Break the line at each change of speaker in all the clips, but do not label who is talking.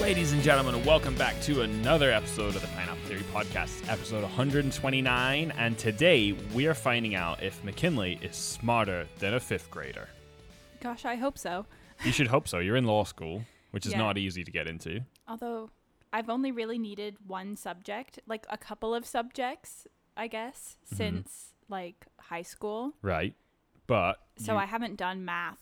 Ladies and gentlemen, and welcome back to another episode of the Pineapple Theory Podcast, episode 129. And today we are finding out if McKinley is smarter than a fifth grader.
Gosh, I hope so.
You should hope so. You're in law school, which is
Yeah.
not easy to get into.
Although I've only really needed one subject, like a couple of subjects, I guess,
Mm-hmm.
since like high school.
Right. But
So
you-
I haven't done math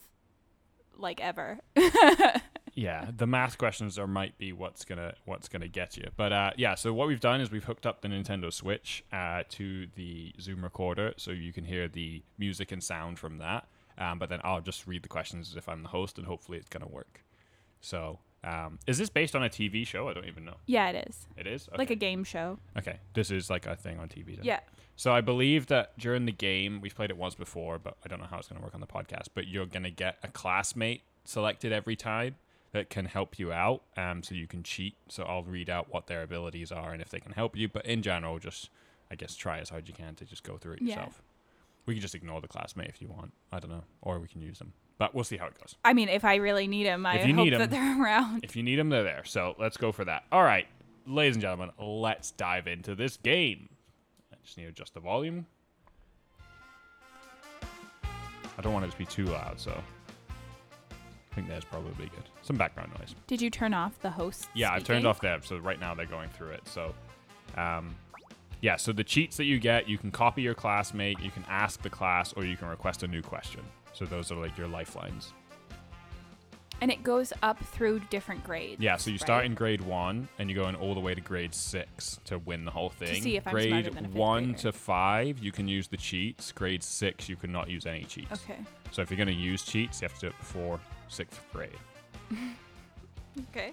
like ever.
yeah, the math questions are might be what's gonna what's gonna get you. But uh, yeah, so what we've done is we've hooked up the Nintendo Switch uh, to the Zoom recorder, so you can hear the music and sound from that. Um, but then I'll just read the questions as if I'm the host, and hopefully it's gonna work. So um, is this based on a TV show? I don't even know.
yeah, it is.
It is okay.
Like a game show.
okay. This is like a thing on TV. Then.
Yeah.
So I believe that during the game, we've played it once before, but I don't know how it's going to work on the podcast. But you're going to get a classmate selected every time that can help you out, um, so you can cheat. So I'll read out what their abilities are and if they can help you. But in general, just I guess try as hard as you can to just go through it
Yeah.
yourself. We can just ignore the classmate if you want. I don't know, or we can use them. But we'll see how it goes.
I mean, if I really need them, I
If you
hope
need 'em.
that they're around.
If you need them, they're there. So let's go for that. All right, ladies and gentlemen, let's dive into this game. I just need to adjust the volume. I don't want it to be too loud, so I think that's probably good. Some background noise.
Did you turn off the host?
Yeah, I've turned
speaking?
off the app, so right now they're going through it. So, um, yeah, so the cheats that you get, you can copy your classmate, you can ask the class, or you can request a new question. So those are like your lifelines.
And it goes up through different grades.
Yeah, so you start
right?
in grade one and you're going all the way to grade six to win the whole thing.
see if I'm
grade
smarter than a fifth
one
grader.
to five, you can use the cheats. Grade six, you cannot use any cheats.
Okay.
So if you're going to use cheats, you have to do it before sixth grade.
Okay.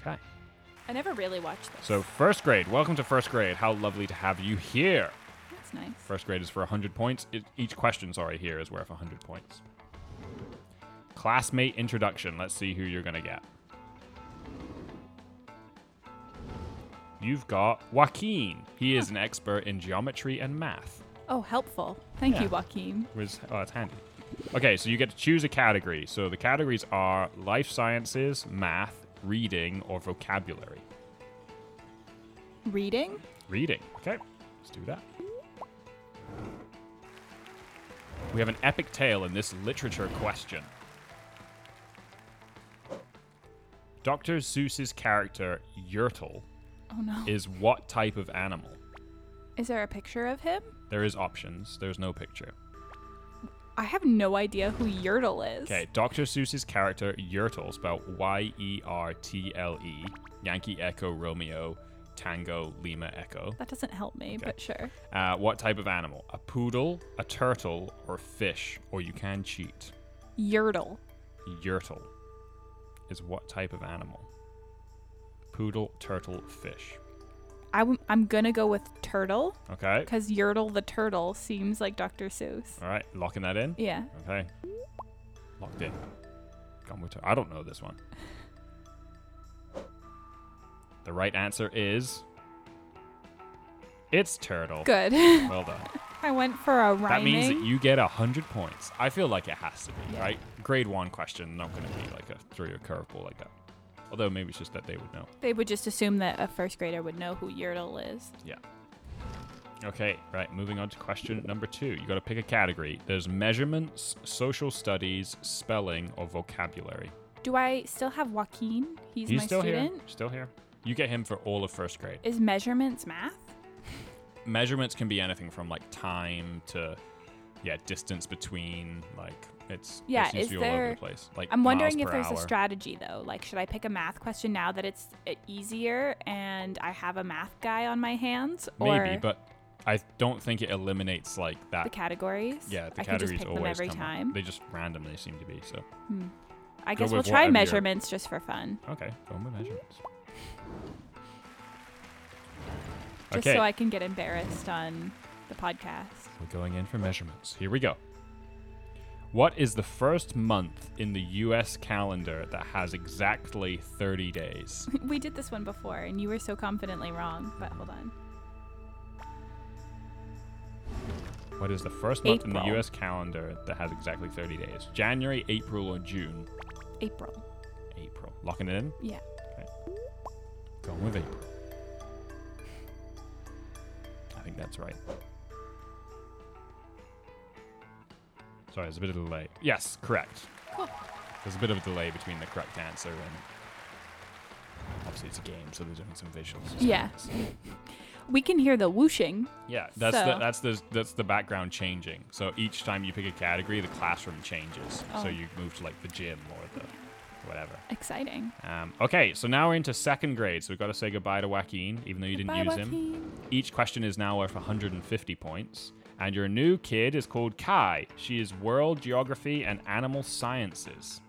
Okay.
I never really watched this.
So first grade, welcome to first grade. How lovely to have you here.
that's nice.
First grade is for 100 points. It, each question, sorry, here is worth 100 points. Classmate introduction. Let's see who you're going to get. You've got Joaquin. He is an expert in geometry and math.
Oh, helpful. Thank
Yeah.
you, Joaquin.
Was oh, that's handy. Okay, so you get to choose a category. So the categories are life sciences, math, reading, or vocabulary.
Reading?
Reading. Okay, let's do that. We have an epic tale in this literature question. Dr. Seuss's character, Yertle,
Oh no.
is what type of animal?
Is there a picture of him?
There is options, there's no picture.
I have no idea who Yertle is.
Okay, Dr. Seuss's character, Yertle, spelled Y E R T L E, Yankee Echo Romeo, Tango Lima Echo.
That doesn't help me, but sure.
Uh, what type of animal? A poodle, a turtle, or fish? Or you can cheat.
Yertle.
Yertle is what type of animal? Poodle, turtle, fish.
i w- I'm gonna go with turtle
Okay.
because Yertle the turtle seems like Dr. Seuss.
All right. Locking that in.
Yeah.
Okay. Locked in. Gone with tur- I don't know this one. The right answer is. It's turtle.
Good.
Well done.
I went for a
That
rhyming.
means that you get 100 points. I feel like it has to be,
Yeah.
right? Grade one question, not going to be like a throw your curveball like that. Although maybe it's just that they would know.
they would just assume that a first grader would know who Yertle is.
Yeah. Okay, right. Moving on to question number two. You got to pick a category. There's measurements, social studies, spelling, or vocabulary.
Do I still have Joaquin? He's,
He's
my
still
student.
here. Still here. You get him for all of first grade.
Is measurements math?
measurements can be anything from like time to yeah distance between like it's it
Yeah,
seems
is
to be all over
there-
the place like
I'm wondering
miles
if
per
there's
hour.
a strategy though. Like, should I pick a math question now that it's uh, easier and I have a math guy on my hands?
maybe
or
but i don't think it eliminates like that
the categories.
yeah the
I can
categories
just pick
always
them every
come up.
time.
they just randomly seem to be so
I
go
guess we'll
with
try
whatever you're-
measurements just for fun,
okay go with measurements
just
okay
so I can get embarrassed on the podcast.
we're going in for measurements here we go what is the first month in the us calendar that has exactly 30 days
we did this one before, and you were so confidently wrong. But hold on,
What is the first month in the
April.
US calendar that has exactly 30 days? January, April, or June?
April.
April. Locking it in?
Yeah.
Going with April. I think that's right. Sorry, there's a bit of a delay. Yes, correct.
Cool.
There's a bit of a delay between the correct answer and obviously it's a game, so they're doing some visuals. as
Yeah.
well, so-
We can hear the whooshing.
Yeah, that's the,
So-
that's the that's the background changing. So each time you pick a category, the classroom changes.
Oh.
So you move to like the gym or the whatever.
Exciting.
Um, okay, so now we're into second grade, so we've got to say goodbye to Joaquin, even though you
Goodbye,
didn't use him.
Joaquin.
Each question is now worth 150 points. And your new kid is called Kai. She is World Geography and Animal Sciences.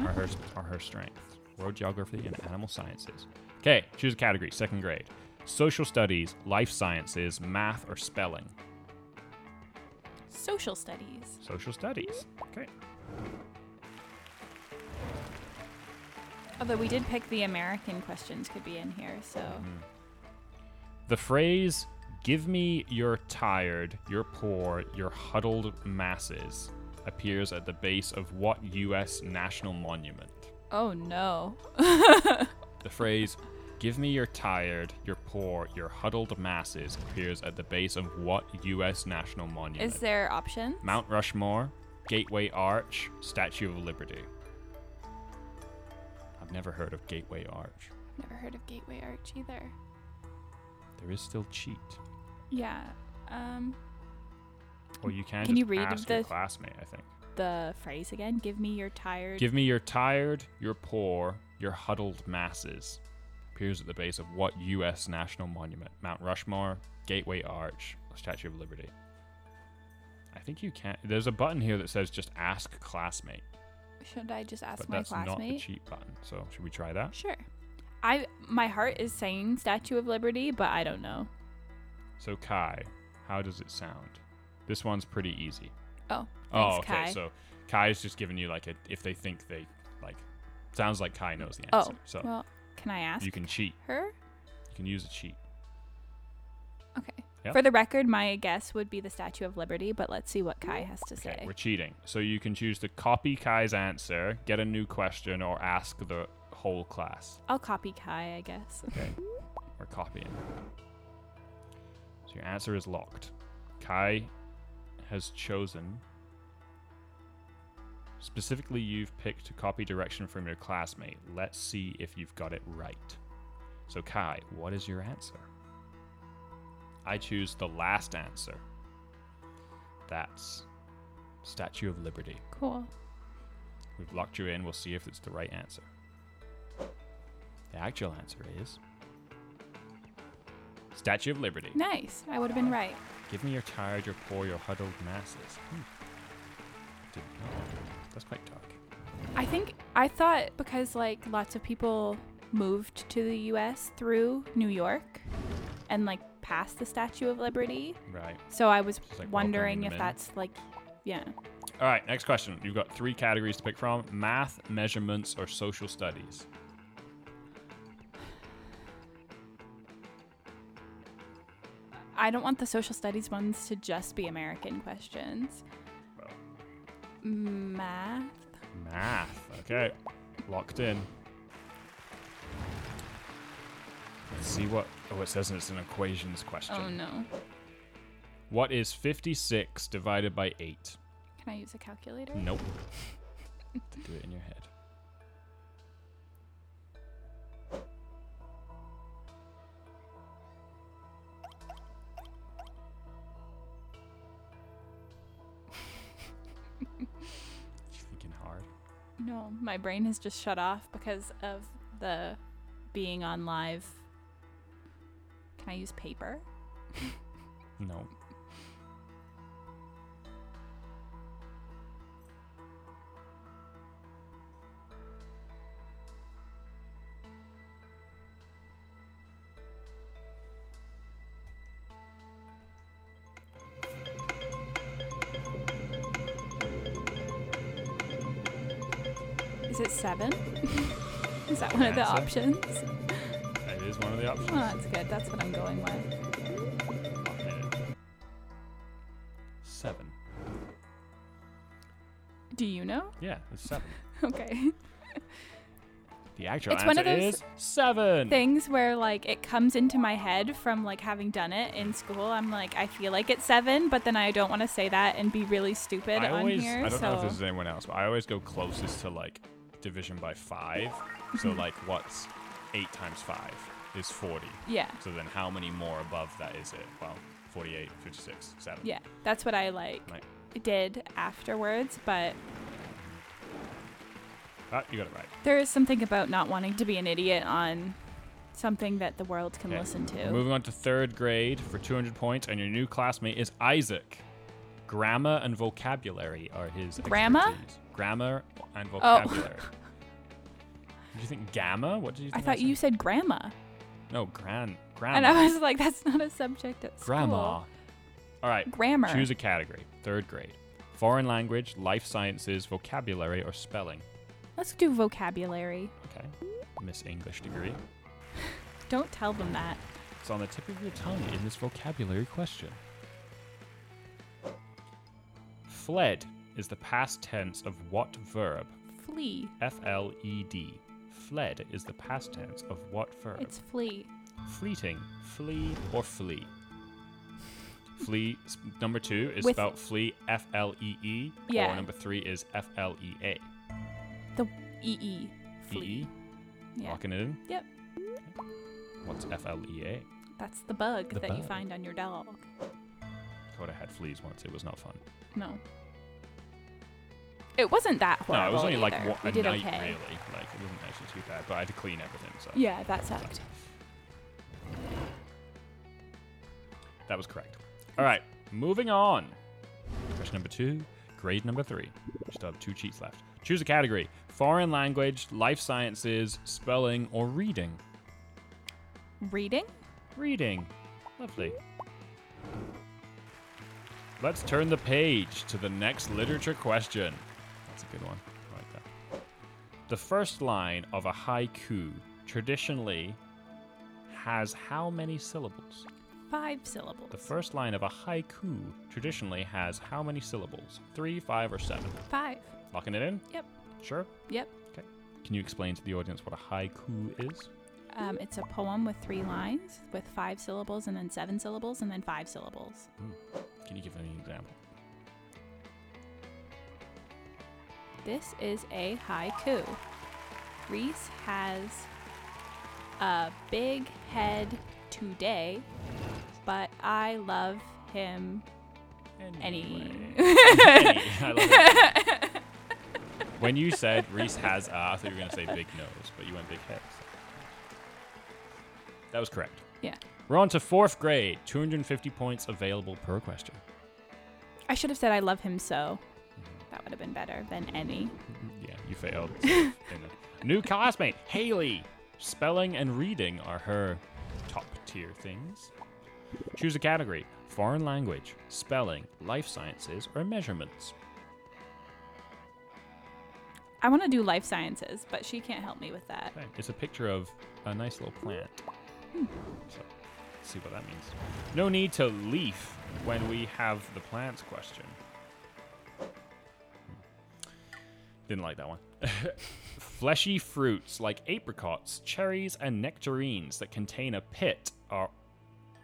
Are her, are her strengths. World Geography and Animal Sciences. Okay, choose a category, second grade. Social Studies, Life Sciences, Math, or Spelling.
Social studies.
Social Studies. Okay.
Although we did pick the American questions could be in here, so
Mm-hmm. The phrase, give me your tired, your poor, your huddled masses, appears at the base of what U.S. national monument?
oh no.
The phrase, give me your tired, your poor, your huddled masses, appears at the base of what U.S. national monument?
Is there options?
Mount Rushmore, Gateway Arch, Statue of Liberty. I've never heard of Gateway Arch.
Never heard of Gateway Arch either.
There is still cheat.
Yeah. Um
Or you can,
Can
just
you read
ask your
the-
classmate, I think.
the phrase again, give me your tired
Give me your tired, your poor, your huddled masses. Appears at the base of what U.S. national monument? Mount Rushmore, Gateway Arch, Statue of Liberty. I think you can. There's a button here that says just ask classmate,
Should I just ask
but
my
that's not the
classmate?
cheat button. So should we try that?
Sure. I my heart is saying Statue of Liberty, but I don't know.
So Kai, how does it sound? This one's pretty easy.
Oh,
oh,
thanks,
okay.
Kai.
So Kai's just giving you like a if they think they like. Sounds like Kai knows the
oh,
answer. so
well, can I ask
you can cheat.
her?
You can use a cheat.
Okay.
Yeah.
For the record, my guess would be the Statue of Liberty, but let's see what Kai has to
Okay,
say.
we're cheating. So you can choose to copy Kai's answer, get a new question, or ask the whole class.
I'll copy Kai, I guess.
Okay. We're copying. So your answer is locked. Kai has chosen. Specifically, you've picked to copy direction from your classmate. Let's see if you've got it right. So, Kai, what is your answer? I choose the last answer. That's Statue of Liberty.
Cool.
We've locked you in. We'll see if it's the right answer. The actual answer is Statue of Liberty.
Nice. I would have been right.
Give me your tired, your poor, your huddled masses. Hmm. Did not. That's quite dark.
I think I thought because like lots of people moved to the US through New York and like past the Statue of Liberty.
Right.
So I was
Just, like, welcoming
wondering
them
if
in.
that's like yeah.
All right. Next question. You've got three categories to pick from: math, measurements, or social studies.
I don't want the social studies ones to just be American questions.
Well.
Math.
Math. Okay. Locked in. Let's see what. Oh, it says it's an equations question.
Oh no.
What is 56 divided by 8?
Can I use a calculator?
Nope. Do it in your head. She's thinking hard.
No, my brain has just shut off because of the being on live. Can I use paper?
No.
Is it seven? Is that one of the
Answer?
options?
It is one of the
Oh,
options.
that's good. That's what I'm going with.
One minute. Seven.
Do you know?
Yeah, it's seven.
Okay.
The actual
It's one
answer
of those
is seven.
Things where like it comes into my head from like having done it in school. I'm like, I feel like it's seven, but then I don't want to say that and be really stupid
I
on
always,
here.
I don't
so
know if this is anyone else, but I always go closest to like division by five. so like, what's eight times five is forty.
yeah,
So then, how many more above that is it? Well, 48, 56, seven.
yeah, that's what I like
Right.
did afterwards. But
Ah, you got it right.
there is something about not wanting to be an idiot on something that the world can
Okay.
listen to.
Moving on to third grade for 200 points, and your new classmate is Isaac. Grammar and vocabulary are his
Grammar?
expertise. Grammar and
Oh.
vocabulary. Did you think gamma? What did you
I
think?
thought you
said?
said grandma,
No, gran. Grammar.
and I was like, that's not a subject at school.
Grandma. All right.
Grammar.
Choose a category. Third grade. Foreign language, life sciences, vocabulary, or spelling.
Let's do vocabulary.
Okay. Miss English degree.
Don't tell them that.
It's on the tip of your tongue in this vocabulary question. Fled is the past tense of what verb?
Flee.
F L E D. Fled is the past tense of what verb?
It's flee.
Fleeting, flee, or flee. Flee, s- number two is
With-
spelled flee, F L E E.
Yeah.
Or number three is F L E A.
The E E.
E
Flee.
E.
Yeah.
Locking it in.
Yep.
What's F L E A?
That's the bug
The
that you
bug.
find on your dog.
Dakota had fleas once. It was not fun.
No. It wasn't that horrible.
No, it was only like
either.
one,
we
a
did
night,
okay.
really. Like it wasn't actually too bad, but I had to clean everything. So
Yeah, that sucked.
that was correct. All right, moving on. Question number two, grade number three. We still have two cheats left. Choose a category: foreign language, life sciences, spelling, or reading.
Reading?
Reading, lovely. Let's turn the page to the next literature question. That's a good one. I like that. The first line of a haiku traditionally has how many syllables?
Five syllables.
The first line of a haiku traditionally has how many syllables? Three, five, or seven?
Five.
Locking it in?
Yep.
Sure.
Yep.
Okay. Can you explain to the audience what a haiku is?
Um, it's a poem with three lines, with five syllables, and then seven syllables, and then five syllables.
Can you give any example?
This is a haiku. Reese has a big head today, but I love him. Any.
Any. I love it. when you said Reese has, uh, I thought you were going to say big nose, but you went big head. That was correct.
Yeah.
We're on to fourth grade. 250 points available per question.
I should have said I love him so. That would have been better than any.
Yeah, you failed. In a- New classmate, Haley. Spelling and reading are her top tier things. Choose a category foreign language, spelling, life sciences, or measurements.
I want to do life sciences, but she can't help me with that.
Okay, It's a picture of a nice little plant. So, see what that means. No need to leaf when we have the plants question. Hmm. Didn't like that one. Fleshy fruits like apricots, cherries, and nectarines that contain a pit are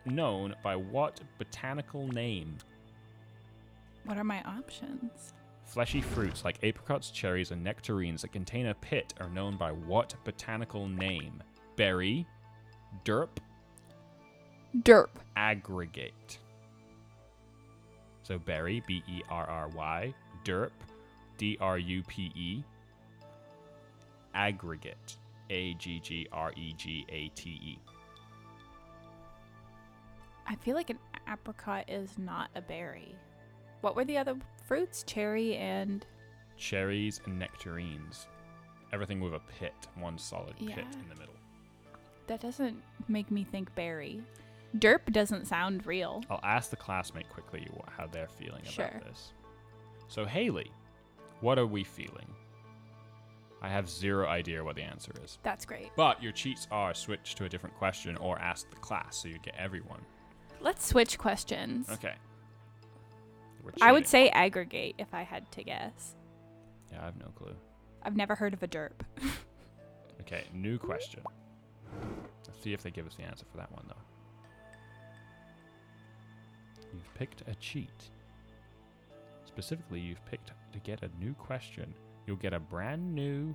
known by what botanical name?
What are my options?
Fleshy fruits like apricots, cherries, and nectarines that contain a pit are known by what botanical name? Berry, derp,
Derp.
aggregate. So berry, B E R R Y, derp, D R U P E, aggregate, A G G R E G A T E.
I feel like an apricot is not a berry. What were the other fruits? Cherry and.
Cherries and nectarines. Everything with a pit, one solid pit
Yeah.
in the middle.
That doesn't make me think berry. Derp doesn't sound real.
I'll ask the classmate quickly wh- how they're feeling
Sure.
about this. So, Haley, what are we feeling? I have zero idea what the answer is.
That's great.
But your cheats are switch to a different question or ask the class so you get everyone.
Let's switch questions.
Okay. We're
I would
cheating.
say aggregate if I had to guess.
Yeah, I have no clue.
I've never heard of a derp.
Okay, new question. Let's see if they give us the answer for that one, though. You've picked a cheat. Specifically, you've picked to get a new question. You'll get a brand new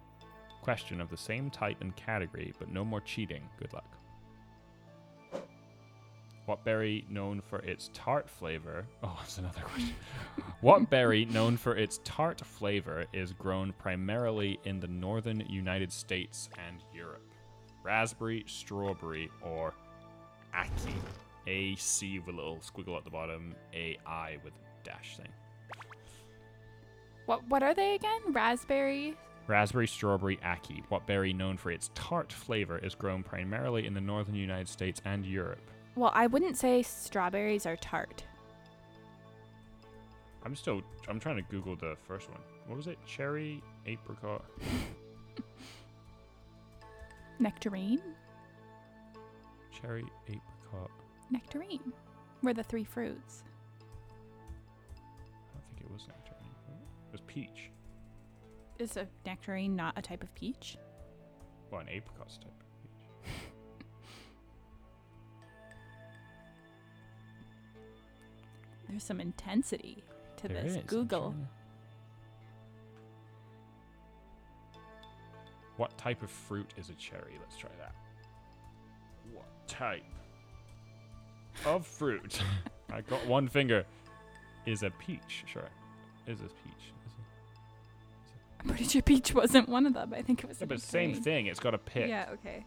question of the same type and category, but no more cheating. Good luck. What berry known for its tart flavor? Oh, that's another question. what berry known for its tart flavor is grown primarily in the northern United States and Europe? Raspberry, strawberry, or aki? A C with a little squiggle at the bottom, A I with a dash thing.
What what are they again? Raspberry.
Raspberry, strawberry, aki. What berry known for its tart flavor is grown primarily in the northern United States and Europe?
Well, I wouldn't say strawberries are tart.
I'm still. I'm trying to Google the first one. What was it? Cherry, apricot.
Nectarine.
Cherry, apricot.
Nectarine. Were the three fruits.
I don't think it was nectarine. It was peach.
Is a nectarine not a type of peach?
Well, an apricot's a type of peach.
There's some intensity to
There
this.
is, I'm
Google.
sure. What type of fruit is a cherry? Let's try that. What type of fruit? I got one finger. Is a peach? Sure. Is a peach? Is a-
I'm pretty sure peach wasn't one of them. I think it was.
Yeah,
a
but same
nectarine.
thing. It's got a pit.
Yeah. Okay.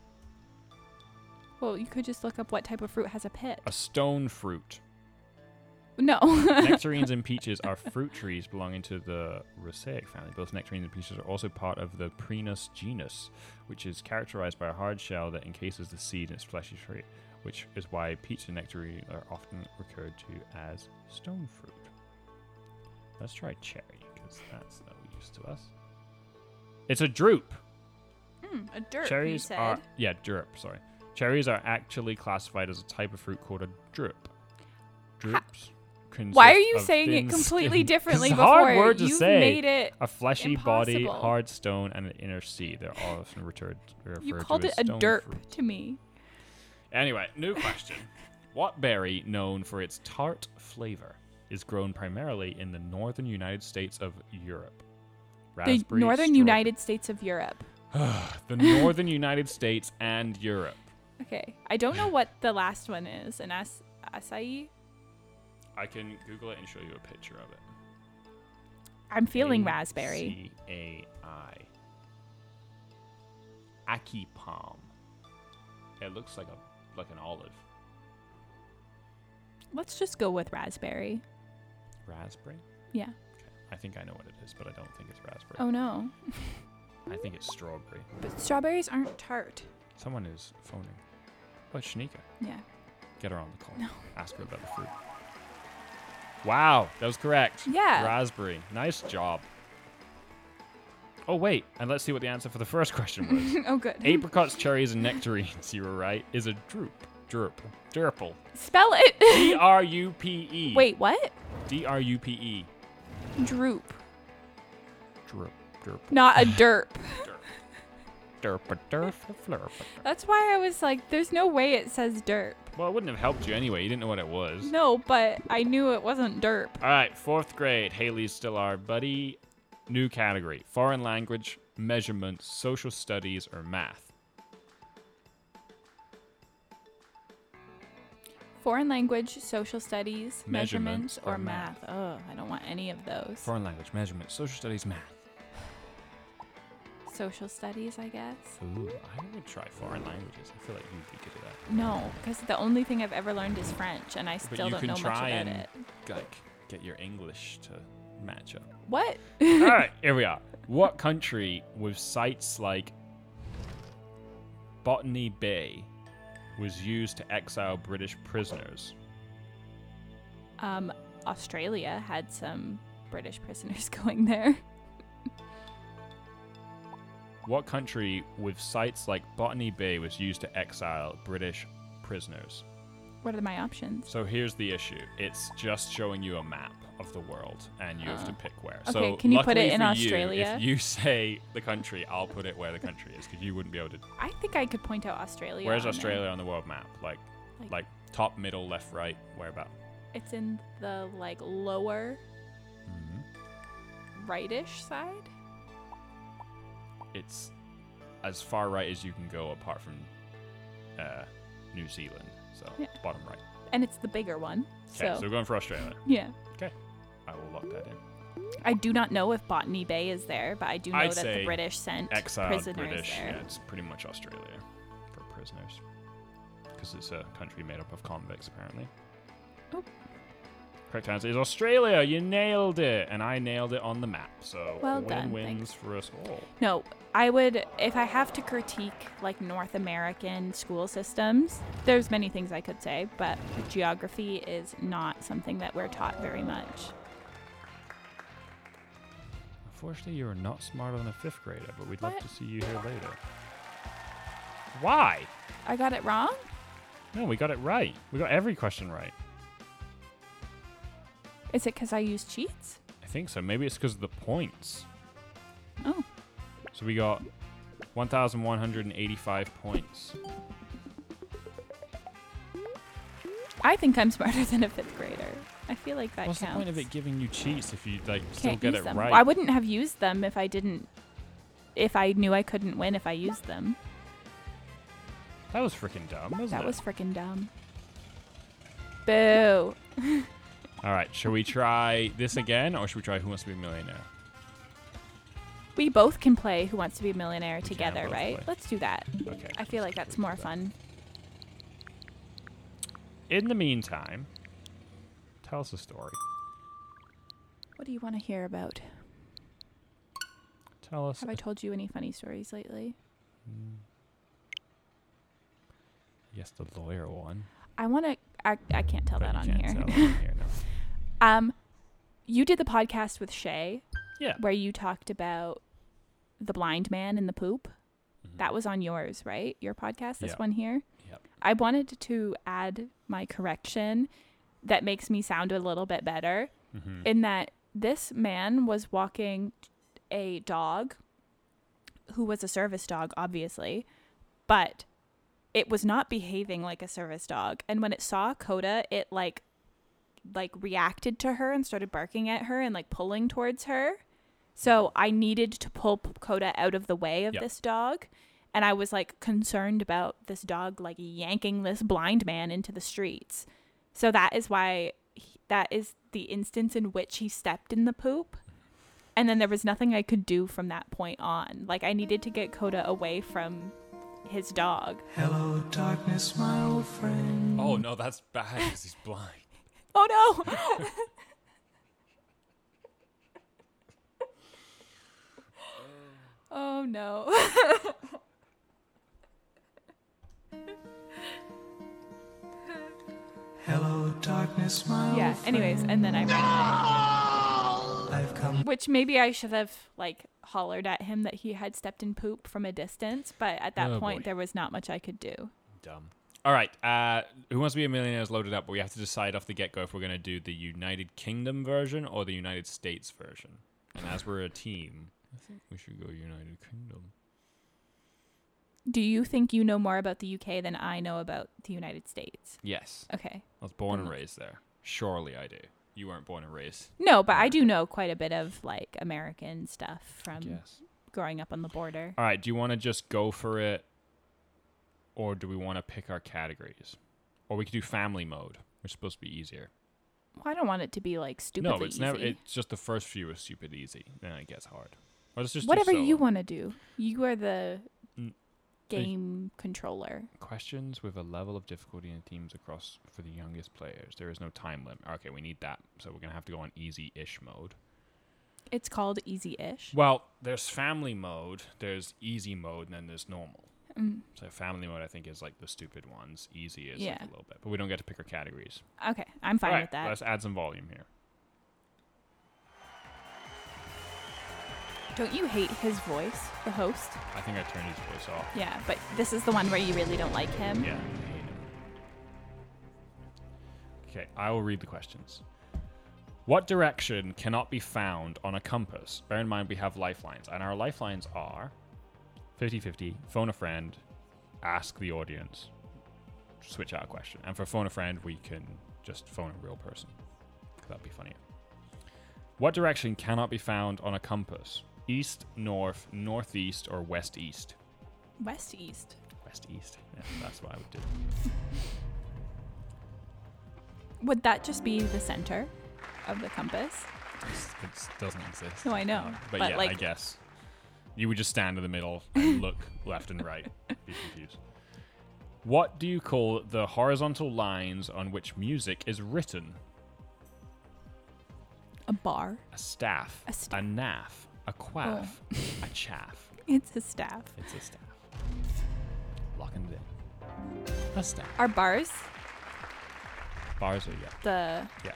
Well, you could just look up what type of fruit has a pit.
A stone fruit.
no.
nectarines and peaches are fruit trees belonging to the Raceae family. Both nectarines and peaches are also part of the Prenus genus, which is characterized by a hard shell that encases the seed in its fleshy fruit, which is why peach and nectarine are often referred to as stone fruit. Let's try cherry, because that's no use to us. It's a drupe.
Mm, a dirt. you
Cherries
said.
are yeah, drupe. Sorry, cherries are actually classified as a type of fruit called a drupe. Drupes.
Why are
consist
you
of
saying it
thin
completely
skin-
differently
It's a
before?
hard word to
You've
say.
made it.
a fleshy body,
impossible.
hard stone, and an inner sea. They're all often referred, referred
You called
to
it
as
a
stone
derp
fruit.
to me.
Anyway, new question. what berry, known for its tart flavor, is grown primarily in the northern United States of Europe?
The
Raspberry,
northern
straw-
United States of Europe.
the northern United States and Europe.
Okay. I don't know what the last one is. An as- acai?
I can Google it and show you a picture of it.
I'm feeling raspberry.
C A I. Aki palm. It looks like a like an olive.
Let's just go with raspberry.
Raspberry.
Yeah.
Okay. I think I know what it is, but I don't think it's raspberry.
Oh no. Oh.
I think it's strawberry.
But strawberries aren't tart.
Someone is phoning. Oh, it's Shanika.
Yeah.
Get her on the call.
No.
Ask her about the fruit. Wow, that was correct.
Yeah.
Raspberry. Nice job. Oh wait, and let's see what the answer for the first question was.
oh good.
Apricots, cherries, and nectarines, you were right, is a droop. Droop. Durple.
Spell it.
D R U P E.
Wait, what?
D R U P E.
Droop.
Droop. Derp.
Not a derp.
Derp. Derp. Flurp.
That's why I was like, there's no way it says derp.
Well, it wouldn't have helped you anyway. You didn't know what it was.
No, but I knew it wasn't derp.
All right, fourth grade. Haley's still our buddy. New category foreign language, measurements, social studies, or math.
Foreign language, social studies,
Measurements
measurements, or
or
math. Ugh, I don't want any of those.
Foreign language, measurements, social studies, math.
social studies, I guess.
Ooh, I would try foreign languages. I feel like you'd be good at that.
No, because the only thing I've ever learned is French, and I
But
still
you
don't
can
know much about
try and
it.
like get your English to match up.
What?
All right, here we are. What country with sites like Botany Bay was used to exile British prisoners?
Um, Australia had some British prisoners going there.
What country with sites like Botany Bay was used to exile British prisoners?
What are my options?
So here's the issue. It's just showing you a map of the world, and you have to
Oh.
pick where.
Okay,
so
can you put
luckily
it in
for you,
Australia?
if you say the country, I'll put it where the country is because you wouldn't be able to.
I think I could point out Australia.
Where's
on there.
Australia on the world map? Like,
Like-
like, top, middle, left, right. Where about?
It's in the like lower
Mm-hmm.
rightish side.
It's as far right as you can go, apart from uh, New Zealand. So
Yeah.
bottom right.
And it's the bigger one.
Okay,
So,
so we're going for Australia.
yeah.
I will lock that in.
I do not know if Botany Bay is there, but I do know
I'd
that the
say
British sent
exiled
prisoners
British.
there.
Yeah, it's pretty much Australia for prisoners. Because it's a country made up of convicts, apparently.
Oh.
Correct answer is Australia. You nailed it. And I nailed it on the map. So
Well
win
done,
wins for us all.
No, I would if I have to critique like North American school systems. There's many things I could say, but geography is not something that we're taught very much.
Unfortunately, you are not smarter than a fifth grader, but we'd
What?
love to see you here later. Why?
I got it wrong?
No, we got it right. We got every question right.
Is it cuz I use cheats?
I think so. Maybe it's because of the points.
Oh,
So we got 1,185 points.
I think I'm smarter than a 5th grader. I feel like that
What's
counts.
the point of it giving you cheats if you like still
Can't
get
use
it
them.
right?
I wouldn't have used them if I didn't if I knew I couldn't win if I used them.
that was freaking dumb, wasn't
That
it?
was freaking dumb. Boo.
All right, shall we try this again, or should we try Who Wants to Be a Millionaire?
We both can play Who Wants to Be a Millionaire together,
both
right?
play.
Let's do that.
Okay.
I feel like that's more fun.
In the meantime, tell us a story.
What do you want to hear about?
Tell us. Hmm.
Have I told you any funny stories lately?
yes, the lawyer one.
I want to. I, I can't tell
but
that on
you can't
here.
tell that on here, no.
Um, you did the podcast with Shay
Yeah.
where you talked about the blind man and the poop.
Mhm.
That was on yours, right? Your podcast, this
Yeah.
one here.
Yep.
I wanted to add my correction that makes me sound a little bit better.
Mhm.
in that this man was walking a dog who was a service dog, obviously, but it was not behaving like a service dog. And when it saw Coda, it like like reacted to her and started barking at her and like pulling towards her. So I needed to pull P- Coda out of the way of
Yep.
this dog. And I was like concerned about this dog like yanking this blind man into the streets. So that is why he, that is the instance in which he stepped in the poop. And then there was nothing I could do from that point on. Like I needed to get Coda away from his dog.
Hello, darkness, my old friend.
Oh, no, that's bad because he's blind.
Oh no. oh no.
Hello, darkness, my
yeah, anyways, and then I ran away.
old. I've come
Which maybe I should have like hollered at him that he had stepped in poop from a distance, but at that
Oh,
point
boy.
there was not much I could do.
Dumb. All right. Uh, Who Wants to Be a Millionaire is loaded up, but we have to decide off the get go if we're going to do the United Kingdom version or the United States version. And as we're a team, I think we should go United Kingdom.
Do you think you know more about the UK than I know about the United States?
Yes.
Okay.
I was born and raised there. Surely I do. You weren't born and raised.
No, but I do know quite a bit of like American stuff from
Yes.
growing up on the border.
All right. Do you want to just go for it, or do we want to pick our categories? Or we could do family mode, which is supposed to be easier.
Well, I don't want it to be like stupidly
no, it's
easy.
never. It's just the first few is stupid easy. Then it gets hard. Or let's just do
Whatever you
solo.
want to do, you are the
Mm.
game controller.
Questions with a level of difficulty and themes across for the youngest players. There is no time limit. Okay, we need that, so we're gonna have to go on easy-ish mode.
It's called easy-ish.
Well, there's family mode, there's easy mode, and then there's normal.
Mm.
So family mode, I think, is like the stupid ones. Easy is like
Yeah.
a little bit, but we don't get to pick our categories.
Okay, I'm fine
Alright,
with that.
Let's add some volume here.
Don't you hate his voice, the host?
I think I turned his voice off.
Yeah, but this is the one where you really don't like him.
Yeah. I hate him. Okay, I will read the questions. What direction cannot be found on a compass? Bear in mind we have lifelines, and our lifelines are 50 50, phone a friend, ask the audience, switch out a question. And for phone a friend, we can just phone a real person. That'd be funnier. What direction cannot be found on a compass? East, north, northeast, or west east?
West East.
West east. Yeah, that's what I would do.
Would that just be the center of the compass?
It doesn't exist. Um,
No, I know.
But,
But,
yeah, I
like-
guess you would just stand in the middle and look left and right, be confused. What do you call the horizontal lines on which music is written?
A bar.
A staff,
A staff. Oh.
naff, a quaff, a chaff.
It's a staff.
It's a staff. Locking it in. A staff.
Are bars
Bars are yeah,
the
yeah,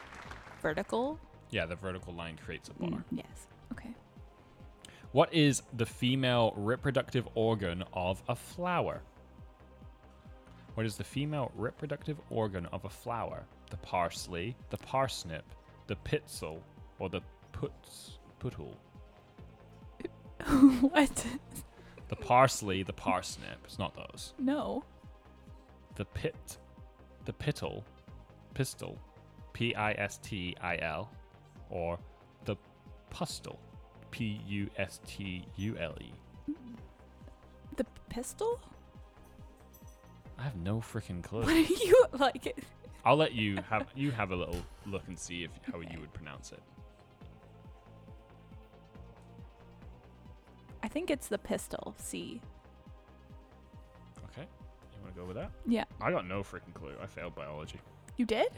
vertical?
yeah. The vertical line creates a bar.
Mm, yes. Okay.
What is the female reproductive organ of a flower? What is the female reproductive organ of a flower? The parsley, the parsnip, the pitzel, or the puts putul?
what?
The parsley, the parsnip. It's not those.
No.
The pit, the pitil, pistol, p i s t i l, or the pustle, p u s t u l e.
The pistol?
I have no freaking clue.
What are you like?
I'll let you have you have a little look and see if how you would pronounce it.
I think it's the pistol. C.
Okay, you want to go with that?
Yeah.
I got no freaking clue. I failed biology.
You did?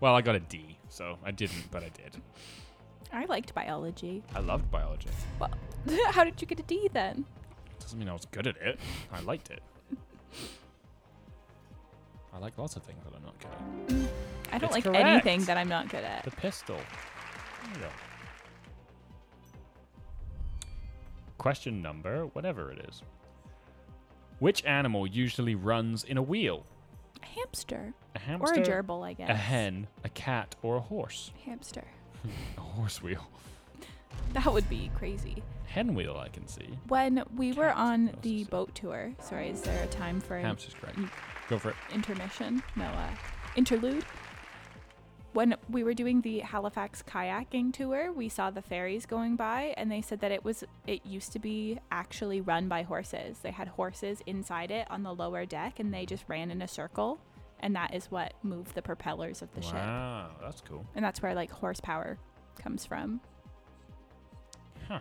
Well, I got a D, so I didn't, but I did.
I liked biology.
I loved biology.
Well, how did you get a D then?
Doesn't mean I was good at it. I liked it. I like lots of things that I'm not good at.
I don't
It's
like
correct.
anything that I'm not good at.
The pistol. There you go. Question number, whatever it is. Which animal usually runs in a wheel?
A hamster.
A
Or a
hamster,
gerbil, I guess.
a hen, a cat, or a horse.
Hamster.
A horse wheel.
That would be crazy.
Hen wheel, I can see.
When we were
Cats,
on
what else
the
is it?
boat tour, sorry, is there a time for an
Hamster's correct. Go for it.
intermission? No, uh, interlude. When we were doing the Halifax kayaking tour, we saw the ferries going by, and they said that it was it used to be actually run by horses. They had horses inside it on the lower deck, and they just ran in a circle, and that is what moved the propellers of the ship.
wow, that's cool.
And that's where like horsepower comes from.
Huh.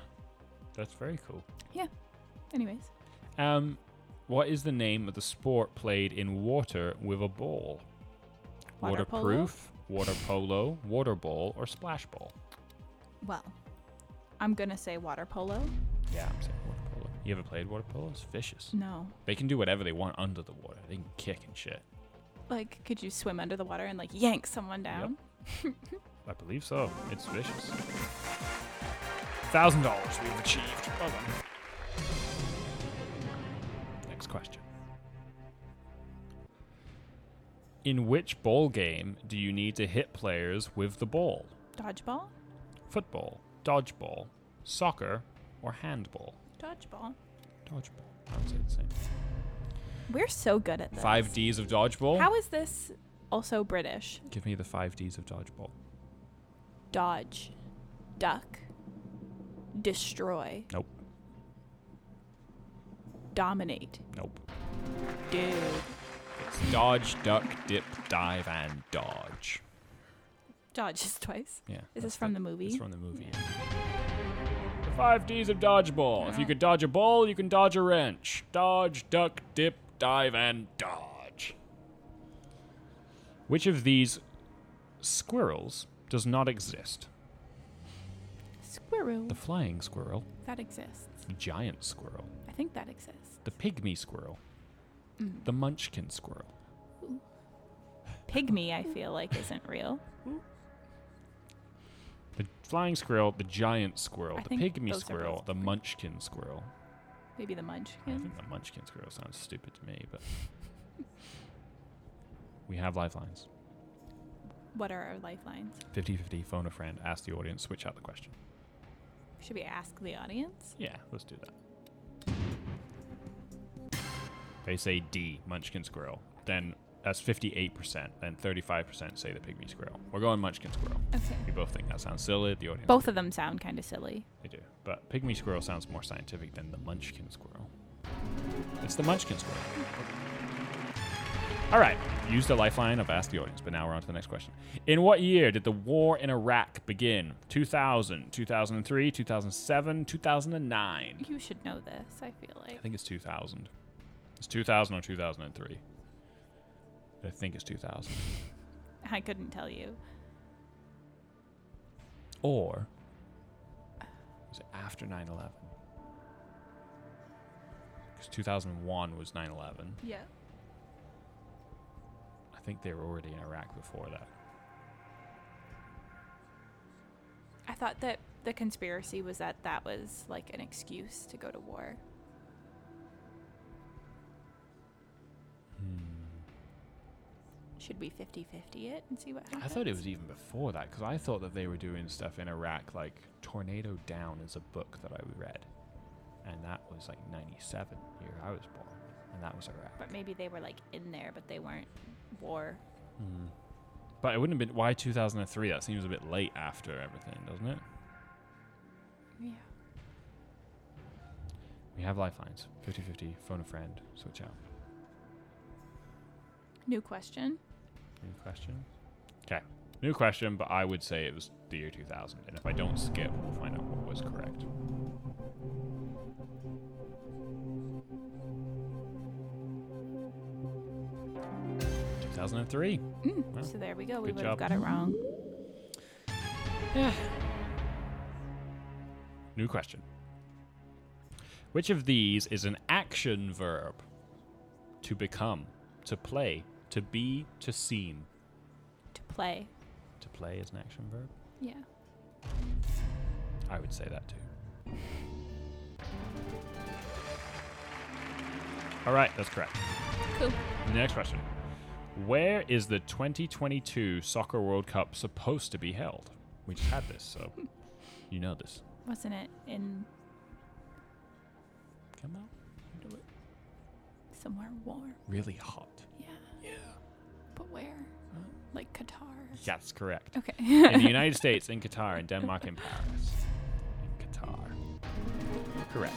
That's very cool.
Anyways,
Um, what is the name of the sport played in water with a ball?
Water polo?
Waterproof, water polo, water ball, or splash ball?
well, I'm gonna say water polo.
Yeah, Mm. I'm saying water polo. You ever played water polo? It's vicious.
No,
They can do whatever they want under the water. They can kick and shit.
Like, could you swim under the water and like yank someone down?
I believe so. It's vicious. Thousand dollars we've achieved. Well done. Next question. In which ball game do you need to hit players with the ball?
Dodgeball?
Football, dodgeball, soccer, or handball?
Dodgeball.
Dodgeball. I would say the same.
We're so good at this.
Five D's of dodgeball.
How is this also British?
Give me the five D's of dodgeball.
Dodge, duck, destroy,
Nope.
dominate.
Nope.
Dude.
It's dodge, duck, dip, dive, and dodge.
Dodge is twice.
Yeah.
Is
that's
this from the movie?
It's from the movie. The five D's of dodgeball.
Oh.
If you could dodge a ball, you can dodge a wrench. Dodge, duck, dip, dive, and dodge. Which of these squirrels does not exist?
Squirrel.
The flying squirrel,
that exists.
the giant squirrel,
I think that exists.
the pygmy squirrel,
Mm.
the munchkin squirrel.
Pygmy, I feel like, isn't real.
The flying squirrel, the giant squirrel,
I
the
think
pygmy
those are
squirrel,
both
the munchkin squirrel.
Maybe the
I
munchkin.
think the Munchkin Squirrel sounds stupid to me, but we have lifelines.
What are our lifelines?
50 50, phone a friend, ask the audience, switch out the question.
Should we ask the audience?
Yeah, let's do that. They say D, Munchkin Squirrel. Then that's 58%. Then 35% say the Pygmy Squirrel. We're going Munchkin Squirrel.
Okay.
We both think that sounds silly. The audience.
Both of them sound kind of silly.
They do. But Pygmy Squirrel sounds more scientific than the Munchkin Squirrel. It's the Munchkin Squirrel. All right. Used a lifeline of Ask the Audience, but now we're on to the next question. In what year did the war in Iraq begin? 2000, 2003, 2007, 2009?
You should know this, I feel like.
I think it's 2000. It's 2000 or 2003. I think it's 2000.
I couldn't tell you.
Or was it after 9 11? Because 2001 was 9 11.
Yeah.
I think they were already in Iraq before that.
I thought that the conspiracy was that that was like an excuse to go to war.
Hmm.
Should we 50 50 it and see what happens?
I thought it was e- even before that because I thought that they were doing stuff in Iraq like Tornado Down is a book that I read. And that was like 97, year I was born. And that was Iraq.
But maybe they were like in there, but they weren't war.
Hmm. But it wouldn't have been. Why 2003? That seems a bit late after everything, doesn't it?
Yeah.
We have lifelines 50 50, phone a friend, switch out.
New question.
New question? Okay. New question, but I would say it was the year 2000. And if I don't skip, we'll find out what was correct. Two thousand and three. Wow.
So there we go. We
Oh, Good
would
job.
have got it wrong.
New question. Which of these is an action verb? To become, to play, to be, to seem.
To play.
To play is an action verb?
Yeah.
I would say that too. All right, that's correct.
Cool.
Next question. Where is the 2022 Soccer World Cup supposed to be held? We just had this, so you know this.
Wasn't it in
Come out. Do it.
somewhere warm?
Really hot.
Yeah. Yeah. But where? Like Qatar.
That's correct.
Okay.
in the United States, in Qatar, in Denmark, in Paris. In Qatar. Correct.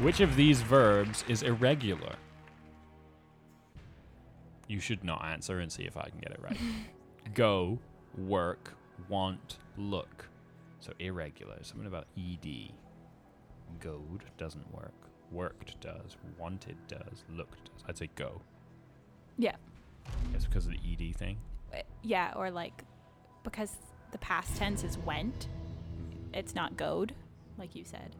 Which of these verbs is irregular? You should not answer and see if I can get it right. Go, work, want, look. So irregular. Something about ed. Goed doesn't work. Worked does. Wanted does. Looked does. I'd say go.
yeah.
It's because of the ed thing.
Uh, Yeah, or like because the past tense is went, it's not goed, like you said.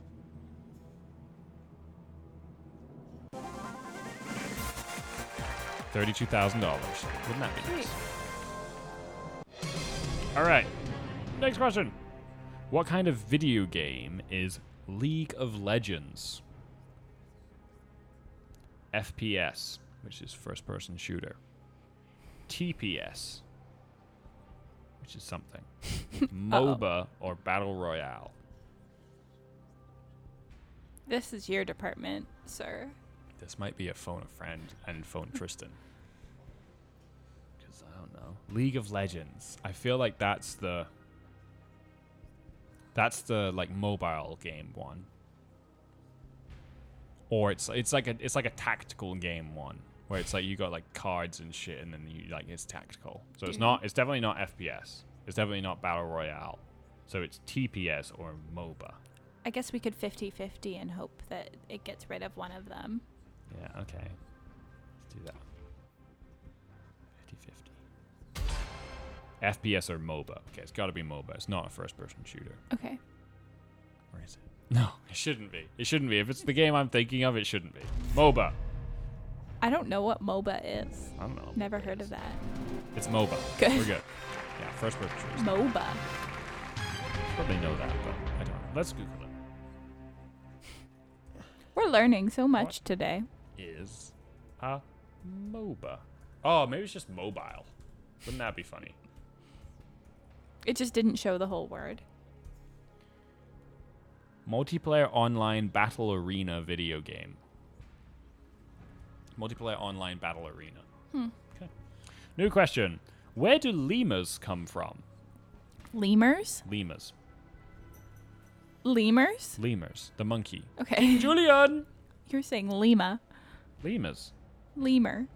Thirty-two thousand dollars. Wouldn't that be nice? All right. Next question. What kind of video game is League of Legends? FPS, which is first-person shooter. TPS, which is something. MOBA or Battle Royale.
This is your department, sir.
This might be a phone a friend and phone Tristan. Because I don't know. League of Legends. I feel like that's the. That's the like mobile game one. Or it's it's like a it's like a tactical game one where it's like you got like cards and shit and then you like it's tactical. So it's not it's definitely not FPS. It's definitely not battle royale. So it's TPS or MOBA.
I guess we could 50 50 and hope that it gets rid of one of them.
Yeah, okay. Let's do that. 50 50. FPS or MOBA. Okay, it's got to be MOBA. It's not a first person shooter.
Okay.
Or is it? No, it shouldn't be. It shouldn't be. If it's the game I'm thinking of, it shouldn't be. MOBA.
I don't know what MOBA is.
I don't know.
Never heard of that.
It's MOBA.
Good.
We're good. Yeah, first person shooter.
MOBA.
Probably know that, but I don't know. Let's Google it.
We're learning so much today.
is a MOBA. Oh, maybe it's just mobile. Wouldn't that be funny?
It just didn't show the whole word.
Multiplayer online battle arena video game. Multiplayer online battle arena. Okay. New question. Where do lemurs come from?
Lemurs?
Lemurs.
Lemurs?
Lemurs. The monkey.
Okay.
Julian!
You're saying Lima.
Lemurs.
Lemur.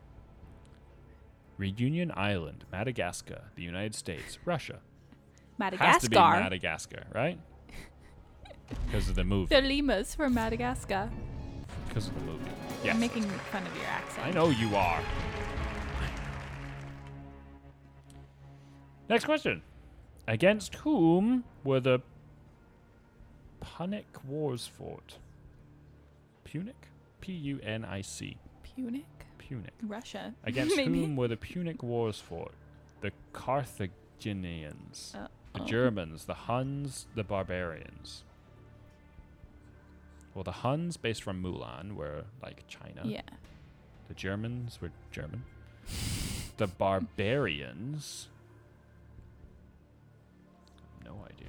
Reunion Island, Madagascar, the United States, Russia.
Madagascar.
Has to be Madagascar, right? Because of the movie.
They're lemurs from Madagascar.
Because of the movie.
I'm
Yes.
making fun of your accent.
I know you are. Next question. Against whom were the Punic Wars fought? Punic? P U N I C.
Punic?
Punic.
Russia.
Against
Maybe.
whom were the Punic Wars fought? The Carthaginians,
Uh,
the
Uh-oh.
Germans, the Huns, the barbarians. Well, the Huns, based from Mulan, were like China.
Yeah.
The Germans were German. the barbarians. No idea.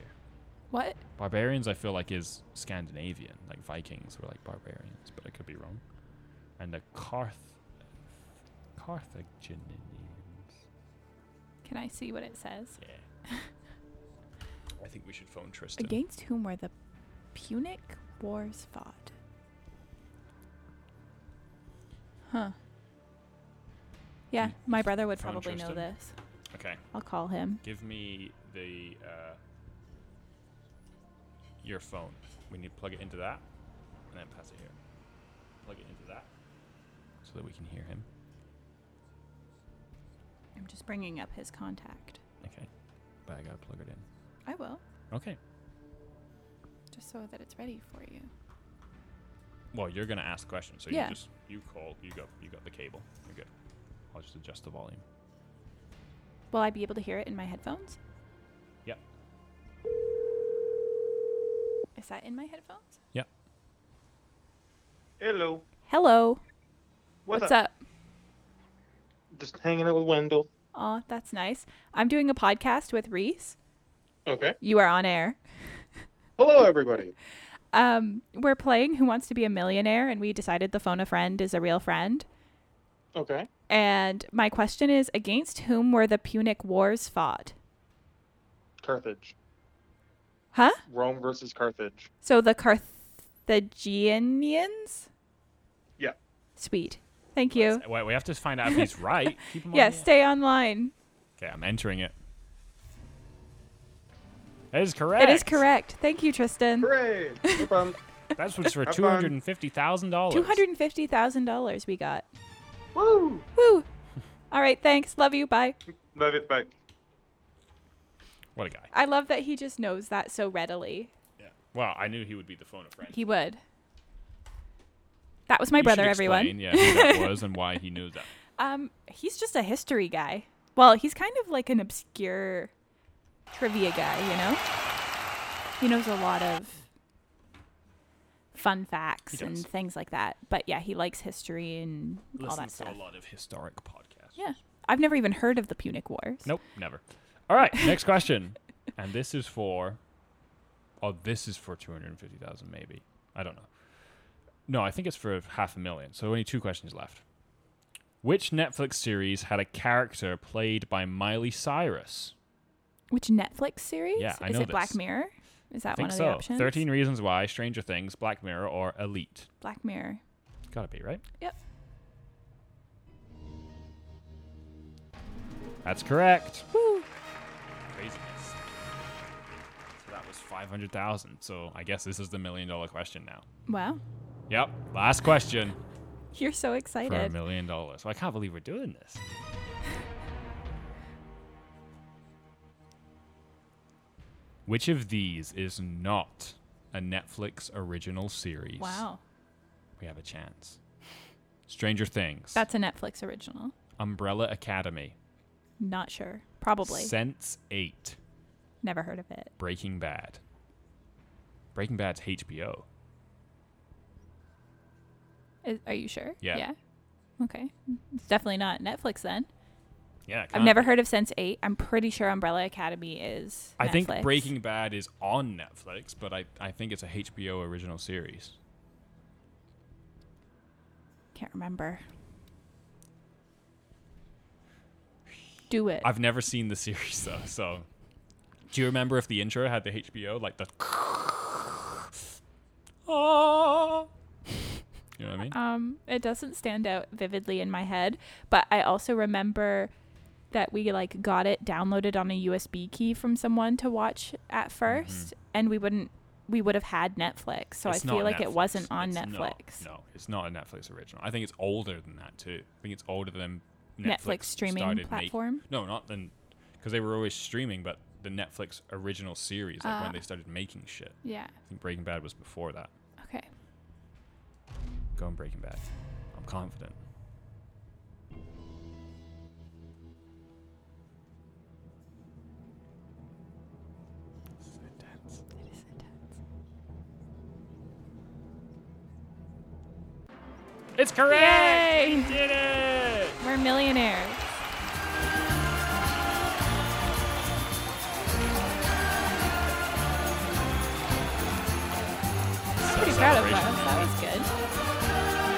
What?
Barbarians, I feel like, is Scandinavian. Like Vikings were like barbarians, but I could be wrong. And the Carth. Carthaginians.
Can I see what it says?
Yeah. I think we should phone Tristan.
Against whom were the Punic Wars fought? Huh. Yeah,
Hmm.
my brother would
Phone
probably know
Tristan.
this.
Okay.
I'll call him.
Give me the uh, your phone. We need to plug it into that, and then pass it here. Plug it into that, so that we can hear him.
I'm just bringing up his contact.
Okay, but I gotta plug it in.
I will,
Okay.
just so that it's ready for you.
Well, you're gonna ask questions, so
Yeah.
you just you call. You go. You got the cable. You're good. I'll just adjust the volume.
Will I be able to hear it in my headphones?
Yep.
Is that in my headphones?
Yep.
Hello.
Hello.
What's,
What's
up?
up?
Just hanging out with Wendell.
Aw, that's nice. I'm doing a podcast with Reese.
Okay.
You are on air.
Hello, everybody.
Um, we're playing Who Wants to Be a Millionaire, and we decided the phone a friend is a real friend.
Okay.
And my question is against whom were the Punic Wars fought?
Carthage.
Huh?
Rome versus Carthage.
So the Carthaginians?
Yeah.
Sweet. Thank you.
Wait, we have to find out if he's right. Keep him on
Yeah,
the-
stay online.
Okay, I'm entering it. That is correct.
It is correct. Thank you, Tristan.
Hooray! No problem.
That's what's for
Have
two
fun.
hundred and fifty thousand dollars.
$250,000 we got.
Woo!
Woo! All right, thanks. Love you. Bye.
Love it. Bye.
What a guy.
I love that he just knows that so readily.
Yeah. Well, I knew he would be the phone of friend.
He would. That was my brother, everyone.
Yeah, who that was and why he knew that.
Um, he's just a history guy. Well, he's kind of like an obscure trivia guy, you know. He knows a lot of fun facts
He does.
and things like that. But yeah, he likes history and all that stuff.
lot of historic podcasts.
Yeah, I've never even heard of the Punic Wars.
Nope, never. All right, next question, and this is for. Oh, this is for two hundred and fifty thousand, maybe. I don't know. No, I think it's for half a million. So only two questions left. Which Netflix series had a character played by Miley Cyrus?
Which Netflix series?
Yeah, I
Is
know
it Black
this.
Mirror? Is that
I think
one of
so.
the options?
Thirteen Reasons Why, Stranger Things, Black Mirror, or Elite.
Black Mirror.
Gotta be right.
Yep.
That's correct.
Woo.
Craziness. So that was five hundred thousand. So I guess this is the million dollar question now.
Wow,
Yep. Last question
you're so
for a
excited.
million dollars. Well, I can't believe we're doing this. Which of these is not a Netflix original series?
Wow,
We have a chance. Stranger Things.
that's a Netflix original.
Umbrella Academy.
Not sure. Probably.
Sense 8.
Never heard of it.
Breaking Bad. Breaking Bad's HBO.
Is, are you sure?
Yeah.
Okay. It's definitely not Netflix then.
Yeah,
I've
kinda.
never heard of Sense Eight. I'm pretty sure Umbrella Academy is.
I think
Netflix.
Breaking Bad is on Netflix, but I, I think it's a HBO original series.
Can't remember. Do it.
I've never seen the series though, so do you remember if the intro had the HBO like the Ah. You know what I mean?
Um, it doesn't stand out vividly in my head, but I also remember that we like got it downloaded on a USB key from someone to watch at
Mm-hmm.
1st and we wouldn't we would have had Netflix, so
It's
I feel
not
like it
Netflix.
wasn't on
It's not-
Netflix.
no, it's not a Netflix original. I think it's older than that too. I think it's older than Netflix,
Netflix streaming
started make-
platform?
no, not than because they were always streaming, but the Netflix original series, like
Ah.
when they started making shit.
Yeah.
I think Breaking Bad was before that.
Okay.
Go and Breaking Bad. I'm confident. So tense.
It is intense.
It's correct.
Yay!
Did it.
We're millionaires. I'm pretty proud of us. That was good.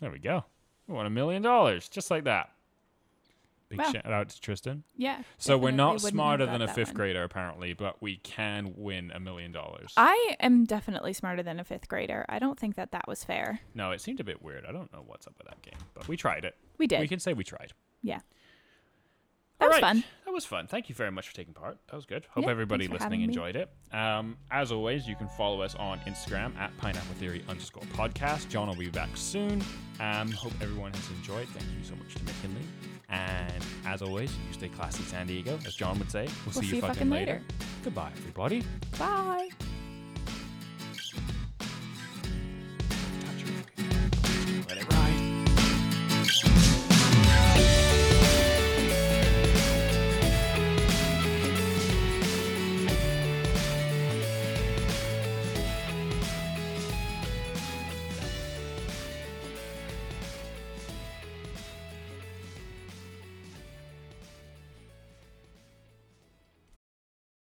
There we go. We won a million dollars just like that. Big
Wow.
shout out to Tristan.
Yeah.
So we're
definitely
not
wouldn't have
smarter than
got
a
that
fifth
one.
grader apparently, but we can win a million dollars.
I am definitely smarter than a fifth grader. I don't think that that was fair.
No, it seemed a bit weird. I don't know what's up with that game, but we tried it.
We did.
We can say we tried.
yeah. That
All
was
right.
fun.
That was fun. Thank you very much for taking part. That was good. Hope
Yeah,
everybody
thanks for
listening
having me.
enjoyed it. Um, as always, you can follow us on Instagram at Pineapple Theory underscore podcast. John will be back soon. Um, hope everyone has enjoyed. Thank you so much to McKinley. And as always, you stay classy, San Diego. As John would say, we'll, see, you fucking, later. Goodbye, everybody.
Bye.